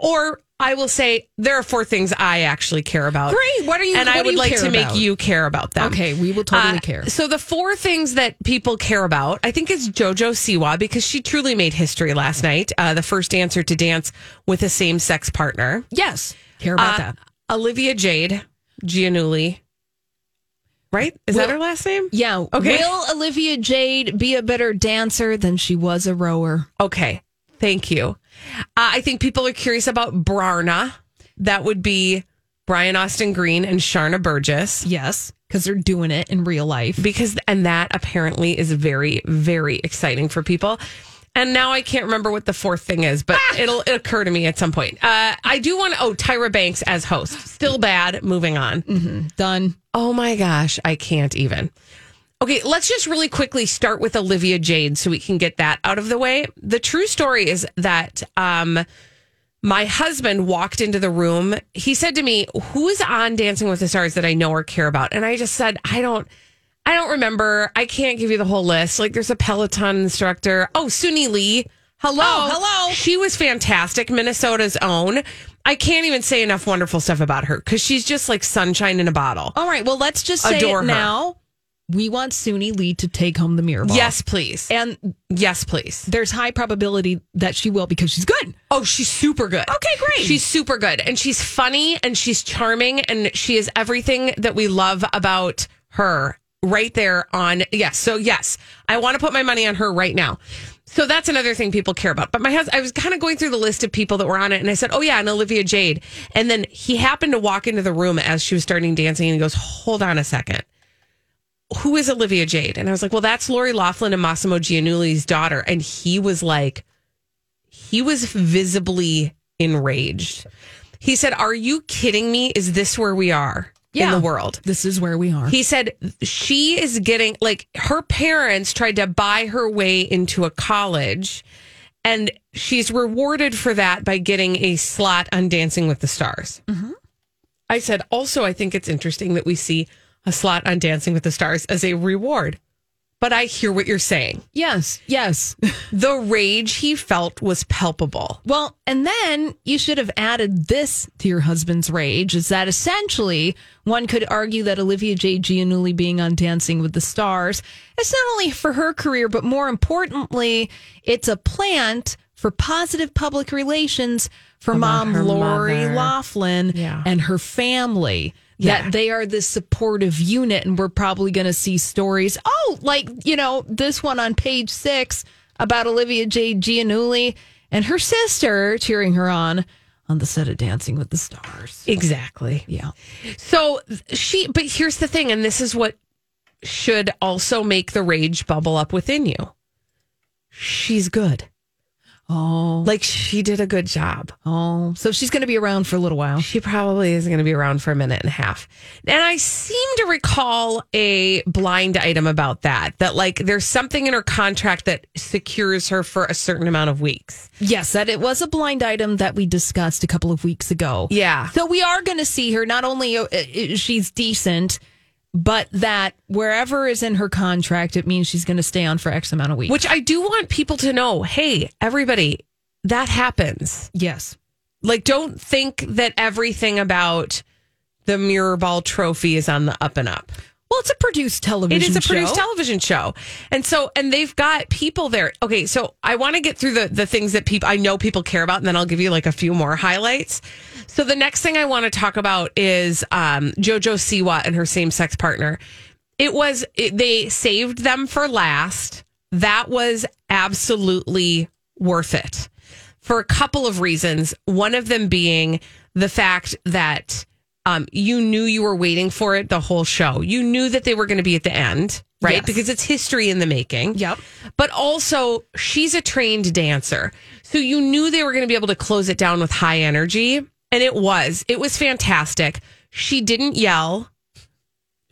Speaker 1: Or I will say there are four things I actually care about.
Speaker 2: Great. What are you-
Speaker 1: And I
Speaker 2: what do
Speaker 1: would
Speaker 2: you
Speaker 1: like
Speaker 2: care
Speaker 1: to make
Speaker 2: about?
Speaker 1: you care about them.
Speaker 2: Okay, we will totally
Speaker 1: Uh,
Speaker 2: care.
Speaker 1: So the four things that people care about, I think, is JoJo Siwa because she truly made history last night. Uh, the first dancer to dance with a same-sex partner.
Speaker 2: Yes, care about
Speaker 1: Uh,
Speaker 2: that.
Speaker 1: Olivia Jade Gianulli. Right? Is that
Speaker 2: Will-
Speaker 1: her last name?
Speaker 2: Yeah.
Speaker 1: Okay.
Speaker 2: Will Olivia Jade be a better dancer than she was a rower?
Speaker 1: Okay. Thank you. Uh, I think people are curious about Brarna. That would be Brian Austin Green and Sharna Burgess.
Speaker 2: Yes, because they're doing it in real life.
Speaker 1: because and that apparently is very very exciting for people and now i can't remember what the fourth thing is but it'll occur to me at some point uh, i do want to oh tyra banks as host still bad moving on
Speaker 2: Done.
Speaker 1: oh my gosh i can't even okay let's just really quickly start with olivia jade so we can get that out of the way the true story is that um my husband walked into the room. He said to me, "Who's on Dancing with the Stars that I know or care about?" And I just said, "I don't I don't remember. I can't give you the whole list. Like there's a Peloton instructor. Oh, Suni Lee. Hello.
Speaker 2: Oh, hello.
Speaker 1: She was fantastic, Minnesota's own. I can't even say enough wonderful stuff about her cuz she's just like sunshine in a bottle.
Speaker 2: All right. Well, let's just say
Speaker 1: Adore
Speaker 2: it
Speaker 1: her.
Speaker 2: now. We want Suni Lee to take home the mirror ball.
Speaker 1: Yes, please.
Speaker 2: And
Speaker 1: Yes, please.
Speaker 2: there's high probability that she will because she's good.
Speaker 1: Oh, she's super good.
Speaker 2: Okay, great.
Speaker 1: She's super good. And she's funny and she's charming and she is everything that we love about her right there on. Yes. So, yes, I want to put my money on her right now. So that's another thing people care about. But my husband, I was kind of going through the list of people that were on it and I said, oh, yeah, and Olivia Jade. And then he happened to walk into the room as she was starting dancing and he goes, hold on a second who is Olivia Jade? And I was like, well, that's Lori Laughlin and Massimo Gianulli's daughter. And he was like, he was visibly enraged. He said, Are you kidding me? Is this where we are in
Speaker 2: Yeah.
Speaker 1: the world?
Speaker 2: This is where we are.
Speaker 1: He said she is getting like her parents tried to buy her way into a college and she's rewarded for that by getting a slot on Dancing with the Stars. I said, also, I think it's interesting that we see a slot on Dancing with the Stars as a reward. But I hear what you're saying.
Speaker 2: yes. Yes.
Speaker 1: The rage he felt was palpable.
Speaker 2: Well, and then you should have added this to your husband's rage is that essentially one could argue that Olivia J. Gianulli being on Dancing with the Stars is not only for her career, but more importantly, it's a plant for positive public relations for mom
Speaker 1: her
Speaker 2: Lori
Speaker 1: mother.
Speaker 2: Laughlin
Speaker 1: Yeah.
Speaker 2: and her family.
Speaker 1: Yeah.
Speaker 2: That they are this supportive unit, and we're probably going to see stories. Oh, like, you know, this one on page six about Olivia J. Gianulli and her sister cheering her on on the set of Dancing with the Stars.
Speaker 1: Exactly.
Speaker 2: Yeah.
Speaker 1: So she, but here's the thing, and this is what should also make the rage bubble up within you. She's good.
Speaker 2: Oh,
Speaker 1: Like she did a good job.
Speaker 2: oh. So she's going to be around for a little while.
Speaker 1: She probably is going to be around for a minute and a half. And I seem to recall a blind item about that, that like there's something in her contract that secures her for a certain amount of weeks.
Speaker 2: Yes, that it was a blind item that we discussed a couple of weeks ago.
Speaker 1: Yeah.
Speaker 2: So we are going to see her. Not only uh, uh, she's decent, but that wherever is in her contract, it means she's going to stay on for X amount of weeks.
Speaker 1: Which I do want people to know hey, everybody, that happens.
Speaker 2: yes.
Speaker 1: like don't think that everything about the mirror ball trophy is on the up and up
Speaker 2: Well, it's a produced television.
Speaker 1: it is a produced
Speaker 2: show.
Speaker 1: television show and so and they've got people there okay so i want to get through the the things that people i know people care about and then i'll give you like a few more highlights so the next thing i want to talk about is um jojo siwa and her same-sex partner it was it, they saved them for last that was absolutely worth it for a couple of reasons. One of them being the fact that um, you knew you were waiting for it the whole show. You knew that they were going to be at the end, right?
Speaker 2: Yes.
Speaker 1: Because it's history in the making.
Speaker 2: Yep.
Speaker 1: But also, she's a trained dancer. So you knew they were going to be able to close it down with high energy. And it was. It was fantastic. She didn't yell.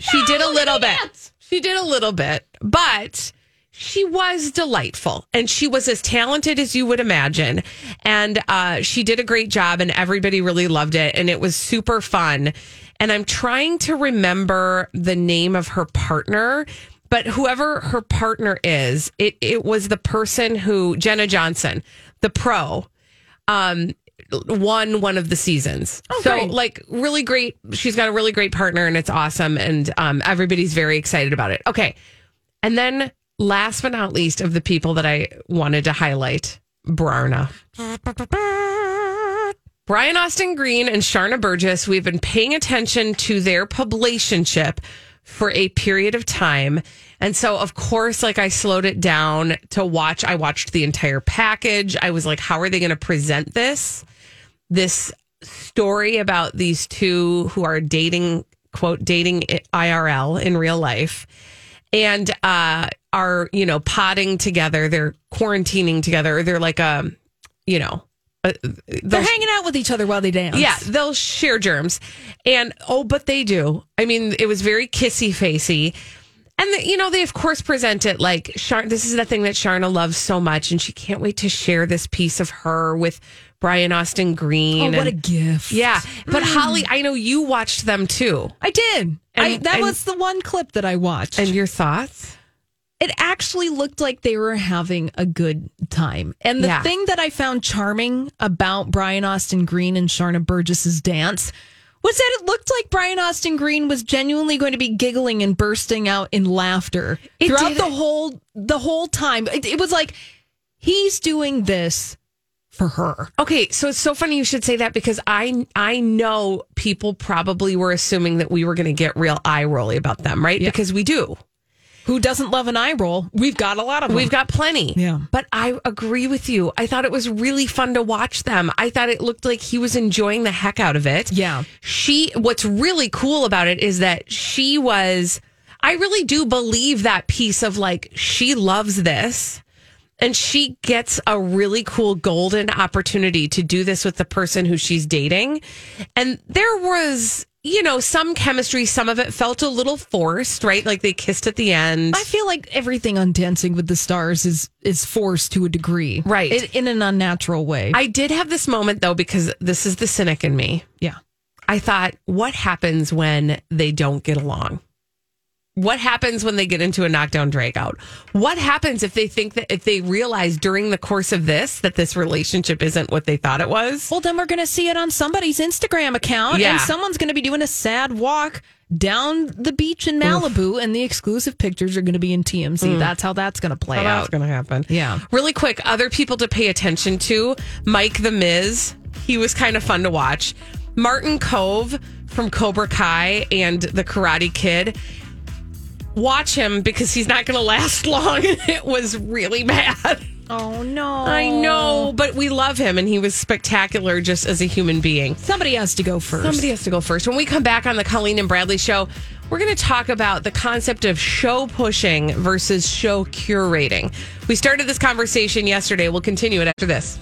Speaker 1: She did a little bit. She did a little bit, but she was delightful and she was as talented as you would imagine. And uh, she did a great job and everybody really loved it. And it was super fun. And I'm trying to remember the name of her partner, but whoever her partner is, it, it was the person who, Jenna Johnson, the pro, um, won one of the seasons. so like really great. She's got a really great partner and it's awesome. And um, everybody's very excited about it. Okay. And then last but not least of the people that I wanted to highlight, Brarna. Brian Austin Green and Sharna Burgess, we've been paying attention to their publicationship for a period of time. And so, of course, like I slowed it down to watch. I watched the entire package. I was like, how are they going to present this? This story about these two who are dating, quote, dating IRL in real life and uh, are, you know, potting together. They're quarantining together. They're like, a, you know, a,
Speaker 2: They're hanging out with each other while they dance.
Speaker 1: yeah, they'll share germs. And oh, but they do. I mean, it was very kissy facey. And, the, you know, they of course present it like Shar- this is the thing that Sharna loves so much. And she can't wait to share this piece of her with Brian Austin Green.
Speaker 2: Oh, what a
Speaker 1: and-
Speaker 2: gift.
Speaker 1: Yeah. But
Speaker 2: Mm.
Speaker 1: Holly, I know you watched them too.
Speaker 2: I did. I,
Speaker 1: And-
Speaker 2: that
Speaker 1: and-
Speaker 2: was the one clip that I watched.
Speaker 1: And your thoughts?
Speaker 2: it actually looked like they were having a good time. And the
Speaker 1: Yeah.
Speaker 2: thing that I found charming about Brian Austin Green and Sharna Burgess's dance was that it looked like Brian Austin Green was genuinely going to be giggling and bursting out in laughter
Speaker 1: It
Speaker 2: throughout
Speaker 1: did-
Speaker 2: the whole the whole time. It, it was like he's doing this for her.
Speaker 1: Okay, so it's so funny you should say that because I I know people probably were assuming that we were going to get real eye rolly about them, right? Because we do.
Speaker 2: Who doesn't love an eye roll? We've got a lot of them.
Speaker 1: We've got plenty.
Speaker 2: Yeah.
Speaker 1: But I agree with you. I thought it was really fun to watch them. I thought it looked like he was enjoying the heck out of it.
Speaker 2: Yeah.
Speaker 1: She, what's really cool about it is that she was, I really do believe that piece of like, she loves this. And she gets a really cool golden opportunity to do this with the person who she's dating. And there was, you know, some chemistry. Some of it felt a little forced, right? Like they kissed at the end.
Speaker 2: I feel like everything on Dancing with the Stars is is forced to a degree,
Speaker 1: Right.
Speaker 2: In, in an unnatural way.
Speaker 1: I did have this moment though, because this is the cynic in me.
Speaker 2: yeah.
Speaker 1: I thought, what happens when they don't get along? What happens when they get into a knockdown drag out? What happens if they think that if they realize during the course of this that this relationship isn't what they thought it was?
Speaker 2: Well, then we're going to see it on somebody's Instagram account,
Speaker 1: Yeah.
Speaker 2: and someone's going to be doing a sad walk down the beach in Malibu, and the exclusive pictures are going to be in TMZ. That's Mm. how that's going to play out.
Speaker 1: going to happen.
Speaker 2: Yeah.
Speaker 1: Really quick, other people to pay attention to Mike the Miz. He was kind of fun to watch. Martin Cove from Cobra Kai and The Karate Kid. Watch him because he's not going to last long. it was really bad.
Speaker 2: Oh no!
Speaker 1: I know, but we love him and he was spectacular just as a human being.
Speaker 2: Somebody has to go first.
Speaker 1: Somebody has to go first. When we come back on the Colleen and Bradley show, we're going to talk about the concept of show pushing versus show curating. We started this conversation yesterday. We'll continue it after this.